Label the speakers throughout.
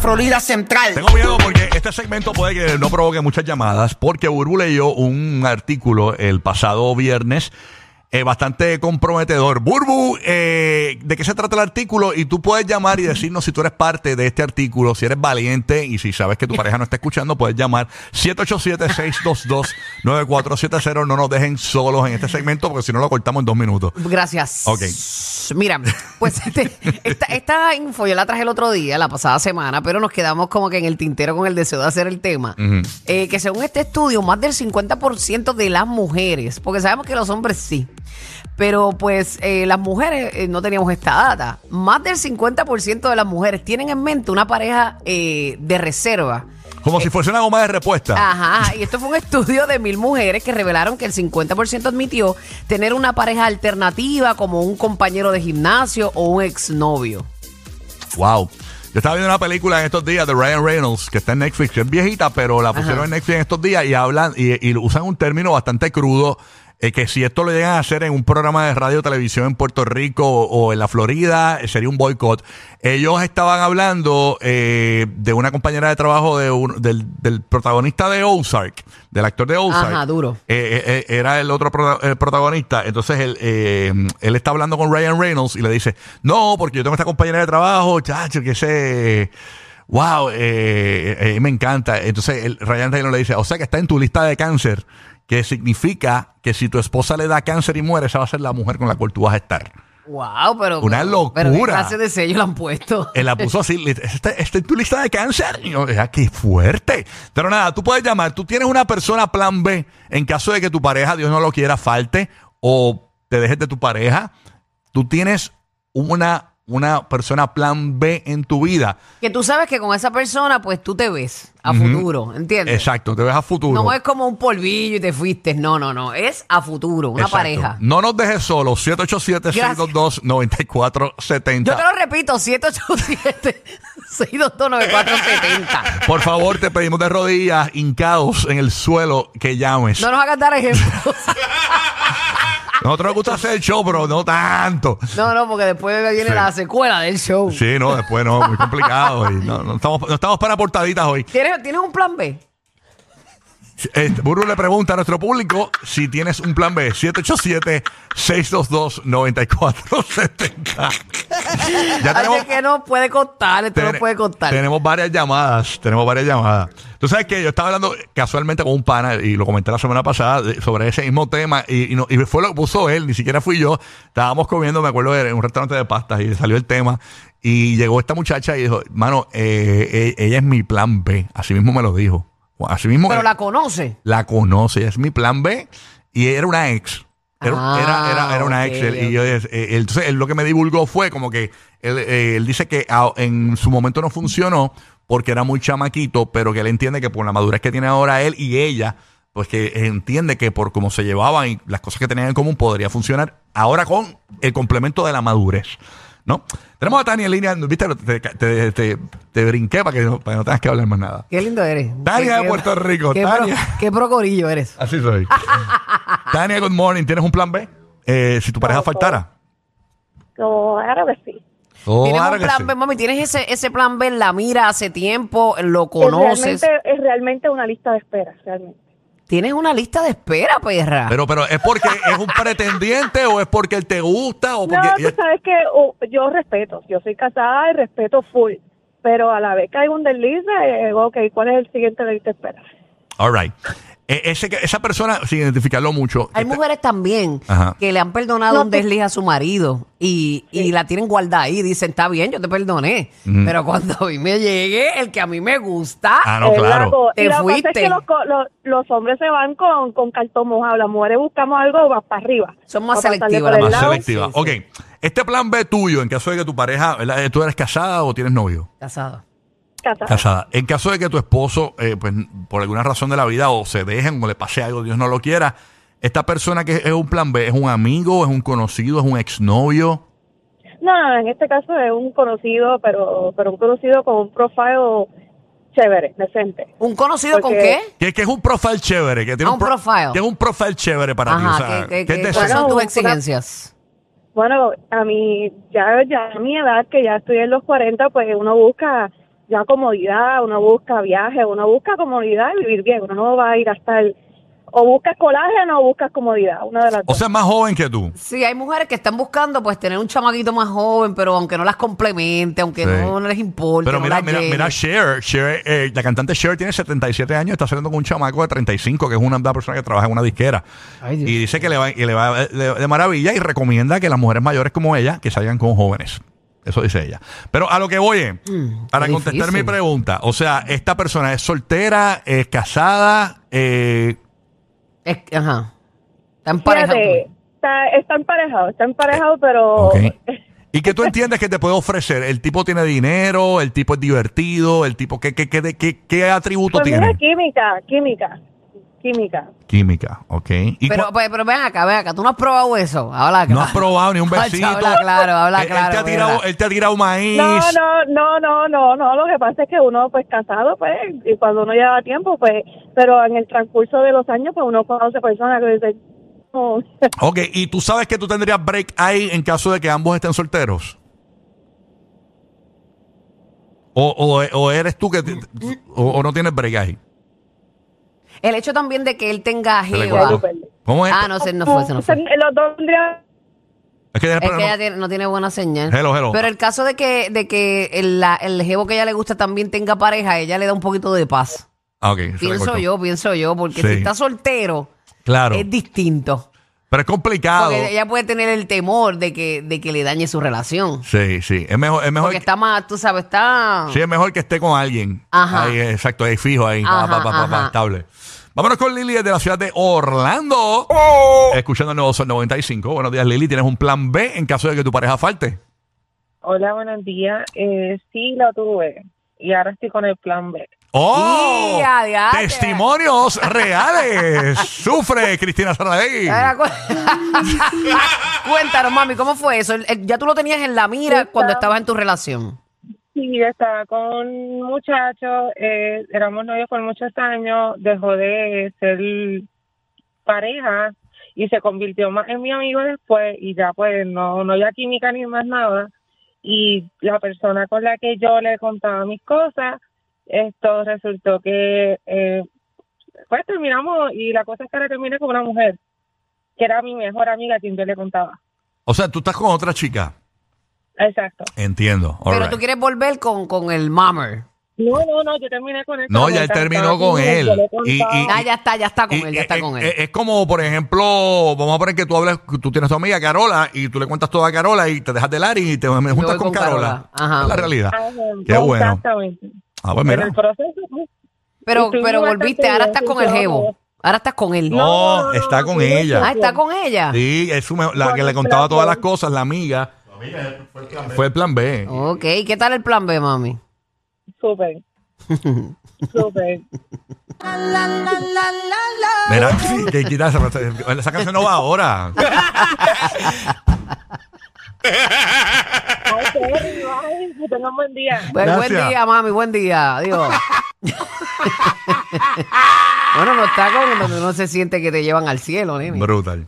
Speaker 1: Florida Central.
Speaker 2: Tengo miedo porque este segmento puede que no provoque muchas llamadas, porque Burbu leyó un artículo el pasado viernes eh, bastante comprometedor. Burbu, eh, ¿de qué se trata el artículo? Y tú puedes llamar y decirnos si tú eres parte de este artículo, si eres valiente y si sabes que tu pareja no está escuchando, puedes llamar 787-622-9470. No nos dejen solos en este segmento porque si no lo cortamos en dos minutos.
Speaker 3: Gracias.
Speaker 2: Ok.
Speaker 3: Mira, pues este- esta, esta info yo la traje el otro día, la pasada semana, pero nos quedamos como que en el tintero con el deseo de hacer el tema. Eh, que según este estudio, más del 50% de las mujeres, porque sabemos que los hombres sí, pero pues eh, las mujeres eh, no teníamos esta data. Más del 50% de las mujeres tienen en mente una pareja eh, de reserva.
Speaker 2: Como si fuese una goma de respuesta.
Speaker 3: Ajá, y esto fue un estudio de mil mujeres que revelaron que el 50% admitió tener una pareja alternativa como un compañero de gimnasio o un exnovio.
Speaker 2: Wow. Yo estaba viendo una película en estos días de Ryan Reynolds, que está en Netflix, que es viejita, pero la pusieron
Speaker 3: Ajá.
Speaker 2: en Netflix en estos días y hablan y, y usan un término bastante crudo, eh, que si esto lo llegan a hacer en un programa de radio o televisión en Puerto Rico o, o en la Florida, eh, sería un boicot. Ellos estaban hablando eh, de una compañera de trabajo de un- del, del protagonista de Ozark, del actor de Ozark.
Speaker 3: Ajá, duro.
Speaker 2: Eh, eh, eh, era el otro prota- el protagonista. Entonces él, eh, él está hablando con Ryan Reynolds y le dice, no, porque yo tengo esta compañera de trabajo, chacho, que se... Wow, eh, eh, me encanta. Entonces el- Ryan Reynolds le dice, o sea que está en tu lista de cáncer, que significa que si tu esposa le da cáncer y muere, esa va a ser la mujer con la cual tú vas a estar.
Speaker 3: Wow, pero
Speaker 2: Una
Speaker 3: pero- Pero ¿qué
Speaker 2: locura.
Speaker 3: clase de sello le han puesto.
Speaker 2: Él la puso así, li- está, está en este tu lista de cáncer. Y yo, "Ah, qué fuerte. Pero nada, tú puedes llamar. Tú tienes una persona plan B en caso de que tu pareja, Dios no lo quiera, falte o te dejes de tu pareja. Tú tienes una, una persona plan B en tu vida.
Speaker 3: Que tú sabes que con esa persona pues tú te ves a futuro, ¿entiendes?
Speaker 2: Exacto, te ves a futuro.
Speaker 3: No es como un polvillo y te fuiste, no, no, no, es a futuro, una
Speaker 2: Exacto.
Speaker 3: pareja.
Speaker 2: No nos dejes solos. 787-622-9470.
Speaker 3: Yo te lo repito, 787-622-9470.
Speaker 2: Por favor, te pedimos de rodillas, hincados en el suelo, que llames.
Speaker 3: No ah. nos hagas dar ejemplos.
Speaker 2: Nosotros nos gusta hacer el show, pero no tanto.
Speaker 3: No, no, porque después viene
Speaker 2: Sí.
Speaker 3: la secuela del show.
Speaker 2: Sí, no, después no, muy complicado. y no, no estamos, no estamos para portaditas hoy.
Speaker 3: ¿Tienes, tienes un plan B?
Speaker 2: Este, Burbu le pregunta a nuestro público si tienes un plan B. 787-622-9470. ya
Speaker 3: Alguien que no puede contar, esto
Speaker 2: ten-
Speaker 3: no puede contar.
Speaker 2: Tenemos varias llamadas, tenemos varias llamadas. Tú sabes que yo estaba hablando casualmente con un pana y lo comenté la semana pasada de- sobre ese mismo tema y, y no- y fue lo que puso él, ni siquiera fui yo. Estábamos comiendo, me acuerdo, en un restaurante de pastas y salió el tema y llegó esta muchacha y dijo, mano, eh, e- ella es mi plan B, así mismo me lo dijo. Así mismo
Speaker 3: Pero
Speaker 2: eh,
Speaker 3: la conoce.
Speaker 2: la conoce, ella es mi plan B y era una ex. Era,
Speaker 3: Ah,
Speaker 2: era, era- era una ex.
Speaker 3: ok,
Speaker 2: él- Y yo, eh, él- entonces, él lo que me divulgó fue como que él, eh, él dice que a- en su momento no funcionó porque era muy chamaquito, pero que él entiende que por la madurez que tiene ahora él y ella, pues que entiende que por cómo se llevaban y las cosas que tenían en común podría funcionar ahora con el complemento de la madurez. ¿No? Tenemos a Tania en línea, ¿viste? Te, te- te- te brinqué para que, no, para que no tengas que hablar más nada.
Speaker 3: Qué lindo eres.
Speaker 2: Tania
Speaker 3: Qué-
Speaker 2: de
Speaker 3: qué-
Speaker 2: Puerto Rico,
Speaker 3: Qué,
Speaker 2: Tania.
Speaker 3: pro- qué procorillo eres.
Speaker 2: Así soy. Tania, good morning. ¿Tienes un plan B? Eh, si tu pareja faltara.
Speaker 4: Claro que pues sí.
Speaker 3: tienes
Speaker 2: Oh, Claro
Speaker 3: un
Speaker 2: que
Speaker 3: plan
Speaker 2: sí.
Speaker 3: B, mami, tienes ese, ese plan B en la mira hace tiempo, lo
Speaker 4: Es
Speaker 3: conoces.
Speaker 4: realmente, es realmente una lista de espera, realmente.
Speaker 3: Tienes una lista de espera, perra.
Speaker 2: Pero, pero, ¿es porque es un pretendiente o es porque él te gusta o
Speaker 4: No,
Speaker 2: porque...
Speaker 4: tú sabes que oh, yo respeto, yo soy casada y respeto full, pero a la vez que hay un desliz, eh, ok, ¿cuál es el siguiente de lista de espera?
Speaker 2: All right. Eh, ese que- esa persona, sin identificarlo mucho... este,
Speaker 3: Hay
Speaker 2: que te-
Speaker 3: mujeres también
Speaker 2: Ajá.
Speaker 3: que le han perdonado
Speaker 4: No, Eh.
Speaker 3: un
Speaker 4: pues-
Speaker 3: desliz a su marido y, y la tienen guardada ahí. Dicen, está bien, yo te perdoné. Pero cuando a mí me llegue el que a mí me gusta,
Speaker 2: Ah, no,
Speaker 4: Es la
Speaker 2: claro.
Speaker 4: co-
Speaker 3: Te
Speaker 4: Eh, y lo que pasa
Speaker 3: fuiste.
Speaker 4: es que los, co- los, los hombres se van con, con cartón mojado, las mujeres buscamos algo más para arriba.
Speaker 3: Son más
Speaker 4: Pa' pasarle
Speaker 3: selectivas,
Speaker 4: por
Speaker 3: las
Speaker 4: el
Speaker 2: Más
Speaker 3: mujeres.
Speaker 4: lado.
Speaker 2: selectiva.
Speaker 3: Sí, sí.
Speaker 2: Ok. Este plan B tuyo, en caso de que tu pareja... ¿verdad? Eh, ¿Tú eres casada o tienes novio?
Speaker 3: casado.
Speaker 4: Casada.
Speaker 2: Casada. En caso de que tu esposo, eh, pues, por alguna razón de la vida, o se dejen, o le pase algo, Dios no lo quiera, esta persona que es un plan B, ¿es un amigo, es un conocido, es un exnovio?
Speaker 4: No, en este caso es un conocido, pero, pero un conocido con un profile chévere, decente.
Speaker 3: ¿Un conocido con
Speaker 4: Porque-
Speaker 3: qué?
Speaker 2: Que, que es un profile chévere. Que tiene
Speaker 3: Ah, un profile.
Speaker 2: Que es un profile chévere para ti. O sea,
Speaker 3: Ajá,
Speaker 2: que
Speaker 3: ¿qué- qué-
Speaker 2: es
Speaker 3: qué-
Speaker 2: decente.
Speaker 3: ¿cuáles son
Speaker 4: Bueno,
Speaker 3: tus
Speaker 4: una-
Speaker 3: exigencias?
Speaker 4: Bueno, a mí, ya, ya a mi edad, que ya estoy en los 40, pues uno busca ya comodidad, uno busca viaje, uno busca comodidad y vivir bien, uno no va a ir hasta el o buscas colágeno o buscas comodidad, una de las
Speaker 2: O
Speaker 4: dos.
Speaker 2: sea, más joven que tú.
Speaker 3: Sí, hay mujeres que están buscando pues tener un chamaquito más joven, pero aunque no las complemente, aunque
Speaker 2: Sí.
Speaker 3: no, no les importe.
Speaker 2: Pero
Speaker 3: no
Speaker 2: mira,
Speaker 3: las
Speaker 2: mira,
Speaker 3: llene.
Speaker 2: mira Cher, Cher, eh, la cantante Cher tiene 77 años, está saliendo con un chamaco de 35, que es una, una persona que trabaja en una disquera.
Speaker 3: Ay, Dios.
Speaker 2: y dice que le va, y le va de, de maravilla y recomienda que las mujeres mayores como ella, que salgan con jóvenes. Eso dice ella. Pero a lo que voy, es, para
Speaker 3: qué
Speaker 2: contestar mi
Speaker 3: difícil.
Speaker 2: pregunta, o sea, esta persona es soltera, es casada, eh,
Speaker 3: Es que, ajá. Está en pareja. pues.
Speaker 4: Fíjate, está, está emparejado, está emparejado, pero
Speaker 2: pues.
Speaker 4: pues,
Speaker 2: Ok. ¿Y qué tú entiendes que te puede ofrecer? ¿El tipo tiene dinero? ¿El tipo es divertido? ¿El tipo qué, qué, qué, qué, qué atributo
Speaker 4: pues
Speaker 2: tiene?
Speaker 4: mira, química, química, química.
Speaker 2: Química, ok. ¿Y
Speaker 3: Pero,
Speaker 2: cua-
Speaker 3: pues, pero ven acá, ven acá. Tú no has probado eso. Habla claro.
Speaker 2: no has probado ni un besito. Eh,
Speaker 3: habla claro, habla
Speaker 2: Él- él,
Speaker 3: claro.
Speaker 2: te ha tirado,
Speaker 3: ¿verdad?
Speaker 2: él te ha tirado maíz.
Speaker 4: No, no, no, no, no, no, lo que pasa es que uno pues casado pues y cuando uno lleva tiempo pues, pero en el transcurso de los años pues uno conoce personas que dicen, "No".
Speaker 2: Ok, ¿y tú sabes que tú tendrías break ahí en caso de que ambos estén solteros? ¿O, o- o eres tú que... te- o, o no tienes break ahí?
Speaker 3: El hecho también de que él tenga
Speaker 2: Se le
Speaker 3: jeva.
Speaker 2: cortó. ¿Cómo es?
Speaker 3: Ah, no, se no fue, se no fue.
Speaker 4: los dos tendrían
Speaker 2: es que,
Speaker 3: Es que ella tiene- no tiene buena señal.
Speaker 2: Hello, hello.
Speaker 3: Pero el caso de que, de que el, la- el jevo que ella le gusta también tenga pareja, ella le da un poquito de paz.
Speaker 2: Ah, ok, se le
Speaker 3: Pienso
Speaker 2: cortó.
Speaker 3: yo, pienso yo, porque
Speaker 2: Sí.
Speaker 3: si está soltero,
Speaker 2: Claro. Ah, oh.
Speaker 3: es distinto.
Speaker 2: Pero es complicado.
Speaker 3: Porque ella puede tener el temor de que, de que le dañe su relación.
Speaker 2: Sí, sí. Es mejor, es mejor,
Speaker 3: Porque está más, tú sabes, está...
Speaker 2: sí, es mejor que esté con alguien.
Speaker 3: Ajá.
Speaker 2: Ahí, exacto, ahí fijo, ahí, pa,
Speaker 3: Ajá,
Speaker 2: pa, pa, pa, pa,
Speaker 3: ajá.
Speaker 2: estable. Vámonos con Lili desde la ciudad de Orlando. Escuchando el nuevo Sol 95. Buenos días, Lili. ¿Tienes un plan B en caso de que tu pareja falte?
Speaker 1: Hola, buenos días. Eh, sí, lo tuve. Y ahora estoy con el plan B.
Speaker 2: ¡Oh!
Speaker 3: ¡Y a diatre!
Speaker 2: ¡Testimonios reales! ¡Sufre Cristina Sarabey!
Speaker 3: Ay, cu- Cuéntanos, mami, ¿cómo fue eso? El- el- Ya tú lo tenías en la mira cuando estabas en tu relación.
Speaker 1: Sí, yo estaba con un muchacho, eh, éramos novios por muchos años, dejó de ser pareja y se convirtió más en mi amigo después y ya pues no, no había química ni más nada. Y la persona con la que yo le contaba mis cosas, esto resultó que eh, pues terminamos y la cosa es que ahora terminé con una mujer que era mi mejor amiga a quien yo le contaba.
Speaker 2: O sea, tú estás con otra chica.
Speaker 1: Exacto.
Speaker 2: Entiendo. All
Speaker 3: Pero
Speaker 2: right.
Speaker 3: tú quieres volver con, con el mammer.
Speaker 1: No, no, no, yo terminé con él.
Speaker 2: No,
Speaker 1: pero
Speaker 2: ya
Speaker 1: me
Speaker 2: él terminó
Speaker 1: encantaba
Speaker 2: con
Speaker 1: que
Speaker 2: él.
Speaker 1: yo le
Speaker 2: Y- y-
Speaker 1: contaba.
Speaker 3: Ah, ya está, ya está con
Speaker 2: Y-
Speaker 3: él, ya está
Speaker 2: eh,
Speaker 3: con
Speaker 2: eh,
Speaker 3: él.
Speaker 2: Es como, por ejemplo, vamos a poner que tú hablas, tú tienes tu amiga Carola y tú le cuentas todo a Carola y te dejas de Lari y te me juntas
Speaker 3: voy
Speaker 2: con,
Speaker 3: con
Speaker 2: Carola.
Speaker 3: Carola. Ajá.
Speaker 2: Es la realidad.
Speaker 1: Ajá,
Speaker 2: Qué bueno.
Speaker 1: Exactamente.
Speaker 2: Ah, pues
Speaker 1: Pero
Speaker 2: mira.
Speaker 1: el proceso. pues,
Speaker 3: Pero,
Speaker 1: estuvimos
Speaker 3: pero
Speaker 1: bastante
Speaker 3: volviste, ahora
Speaker 1: bien,
Speaker 3: estás con el jevo. Ahora estás con él.
Speaker 2: No,
Speaker 1: No, no, no,
Speaker 2: está con
Speaker 1: no,
Speaker 2: ella.
Speaker 1: no,
Speaker 3: Ah, está con ella.
Speaker 2: Sí, es su mejor- la que le
Speaker 1: Con
Speaker 2: contaba
Speaker 1: el plan
Speaker 2: todas las
Speaker 1: B.
Speaker 2: cosas, la amiga. Fue el plan B.
Speaker 3: Ok, ¿qué tal el plan B, mami?
Speaker 1: Súper. Súper.
Speaker 2: Mira,
Speaker 3: Oh.
Speaker 2: sí, que quita esa, esa canción no va ahora.
Speaker 1: Ay, qué rico, ay, que tengan buen día.
Speaker 3: Bueno, buen
Speaker 2: Gracias.
Speaker 3: día, mami, buen día. Adiós. bueno, no está con donde no se siente que te llevan al cielo, nene.
Speaker 2: Brutal.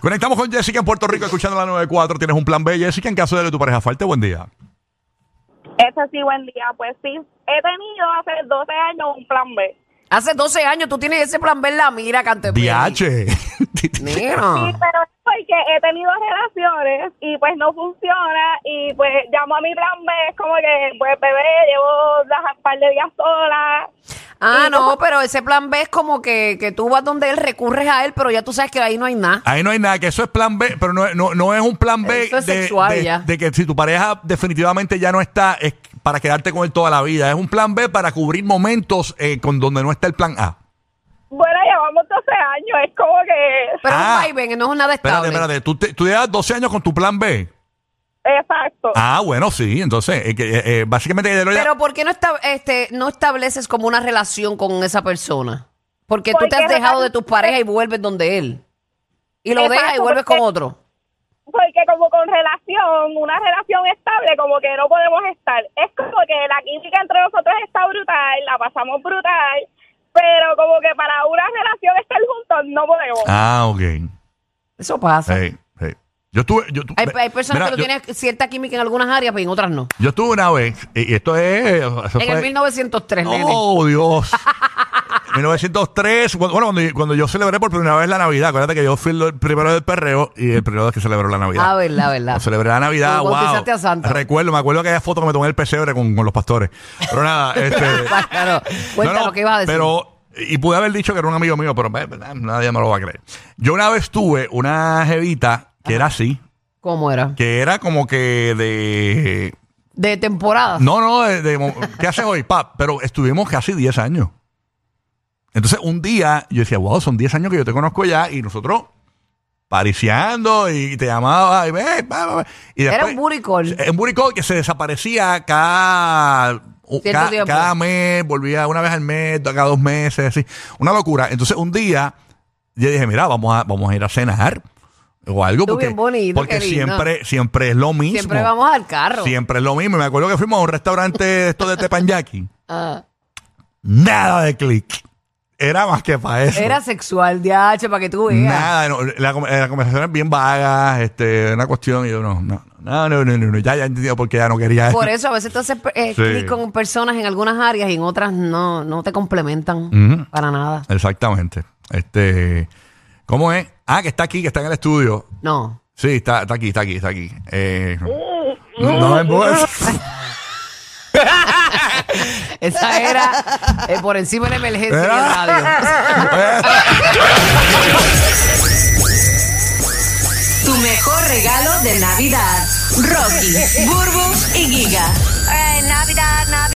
Speaker 2: Conectamos con Jessica en Puerto Rico escuchando la 94. Tienes un plan B, Jessica, en caso de que tu pareja falte. Buen día.
Speaker 4: Eso sí, buen día. Pues sí, he tenido hace 12 años un plan B.
Speaker 3: Hace 12 años tú tienes ese plan B en la mira, Cantepeli.
Speaker 2: DH.
Speaker 4: Sí,
Speaker 3: Mira.
Speaker 4: pero es porque he tenido relaciones y pues no funciona y pues llamo a mi plan B, es como que pues bebé, llevo las un par de días sola.
Speaker 3: Ah, no, pero ese plan B es como que, que tú vas donde él, recurres a él, pero ya tú sabes que ahí no hay nada.
Speaker 2: Ahí no hay nada, que eso es plan B, pero no, no, no es un plan B
Speaker 3: Eso es
Speaker 2: de,
Speaker 3: sexual
Speaker 2: de-
Speaker 3: ya.
Speaker 2: de que si tu pareja definitivamente ya no está, es para quedarte con él toda la vida. Es un plan B para cubrir momentos eh, con donde no está el plan A.
Speaker 4: Bueno, llevamos 12 años, es como que...
Speaker 3: Pero
Speaker 2: Ah.
Speaker 3: es un vaivén, no es nada
Speaker 2: Espérate,
Speaker 3: estable.
Speaker 2: espérate, tú, te- tú llevas 12 años con tu plan B.
Speaker 4: Exacto.
Speaker 2: Ah, bueno, sí, entonces, eh, que, eh, eh, básicamente... de lo ya-
Speaker 3: Pero ¿por qué no, esta- este, no estableces como una relación con esa persona? Porque, tú te
Speaker 4: Porque
Speaker 3: has dejado de
Speaker 4: realmente-
Speaker 3: tus parejas y vuelves donde él. Y lo
Speaker 4: Exacto,
Speaker 3: dejas y vuelves con
Speaker 4: porque-
Speaker 3: otro.
Speaker 4: Porque como con relación, una relación estable, como que no podemos estar. Es como que la química entre nosotros está brutal, la pasamos brutal, pero como que para una relación estar juntos no podemos.
Speaker 2: Ah, ok.
Speaker 3: Eso pasa.
Speaker 2: Sí, sí. Yo Yo estuve. Yo, tu-
Speaker 3: Hay,
Speaker 2: ve-
Speaker 3: hay personas
Speaker 2: mira,
Speaker 3: que lo
Speaker 2: yo,
Speaker 3: tienen cierta química en algunas áreas, pero en otras no.
Speaker 2: Yo estuve una vez, y y esto es. eso
Speaker 3: En el
Speaker 2: fue-
Speaker 3: 1903, nene.
Speaker 2: Oh, Dios. 1903, cuando- bueno, cuando, yo- cuando yo celebré por primera vez la Navidad, acuérdate que yo fui el primero del perreo y el primero que celebró la Navidad.
Speaker 3: Ah, verdad, verdad.
Speaker 2: Cuando celebré la Navidad,
Speaker 3: Cuando
Speaker 2: wow.
Speaker 3: bautizaste a Santa.
Speaker 2: Recuerdo, me acuerdo que aquella foto que me tomé en el pesebre con, con los pastores. Pero nada, este.
Speaker 3: Claro. Cuéntanos
Speaker 2: no, no,
Speaker 3: qué ibas a decir.
Speaker 2: Pero, y pude haber dicho que era un amigo mío, pero eh, nadie me lo va a creer. Yo una vez tuve una jevita que era así,
Speaker 3: ¿Cómo era?
Speaker 2: que era como que de.
Speaker 3: De temporada.
Speaker 2: No, no, de- de mo- ¿qué haces hoy, pap? Pero estuvimos casi 10 años. Entonces, un día yo decía, wow, son 10 años que yo te conozco ya y nosotros pariciando y te llamaba y ve, va, va, va. Y
Speaker 3: Era
Speaker 2: después-
Speaker 3: un booty call.
Speaker 2: En booty call que se desaparecía cada, u-
Speaker 3: Cierto
Speaker 2: ca-
Speaker 3: tiempo.
Speaker 2: cada mes, volvía una vez al mes, cada dos meses, así. Una locura. Entonces, un día yo dije, mira, vamos a, vamos a ir a cenar o algo
Speaker 3: Tú
Speaker 2: porque,
Speaker 3: bien bonito,
Speaker 2: porque
Speaker 3: qué lindo.
Speaker 2: siempre, siempre es lo mismo.
Speaker 3: Siempre vamos al carro.
Speaker 2: Siempre es lo mismo. Y me acuerdo que fuimos a un restaurante de estos de Tepanyaki.
Speaker 3: Ah.
Speaker 2: Nada de click. Era más que para eso.
Speaker 3: Era sexual, DH, para que tú veas.
Speaker 2: Nada, no, la, com- eh, la conversación es bien vaga, este, una cuestión, y yo no, no, no, no, no, no, no, ya, ya entiendo por qué ya no quería
Speaker 3: Por eso a veces tú haces eh,
Speaker 2: Sí.
Speaker 3: clic con personas en algunas áreas y en otras no, no te complementan
Speaker 2: Ujú.
Speaker 3: para nada.
Speaker 2: Exactamente. Este, ¿cómo es? Ah, que está aquí, que está en el estudio.
Speaker 3: No.
Speaker 2: Sí, está, está aquí, está aquí, está aquí. Eh, no me embues-
Speaker 3: Esa era eh, por encima de la emergencia en
Speaker 2: Era-
Speaker 3: el radio.
Speaker 5: Tu mejor regalo de Navidad. Rocky, Burbu y Giga.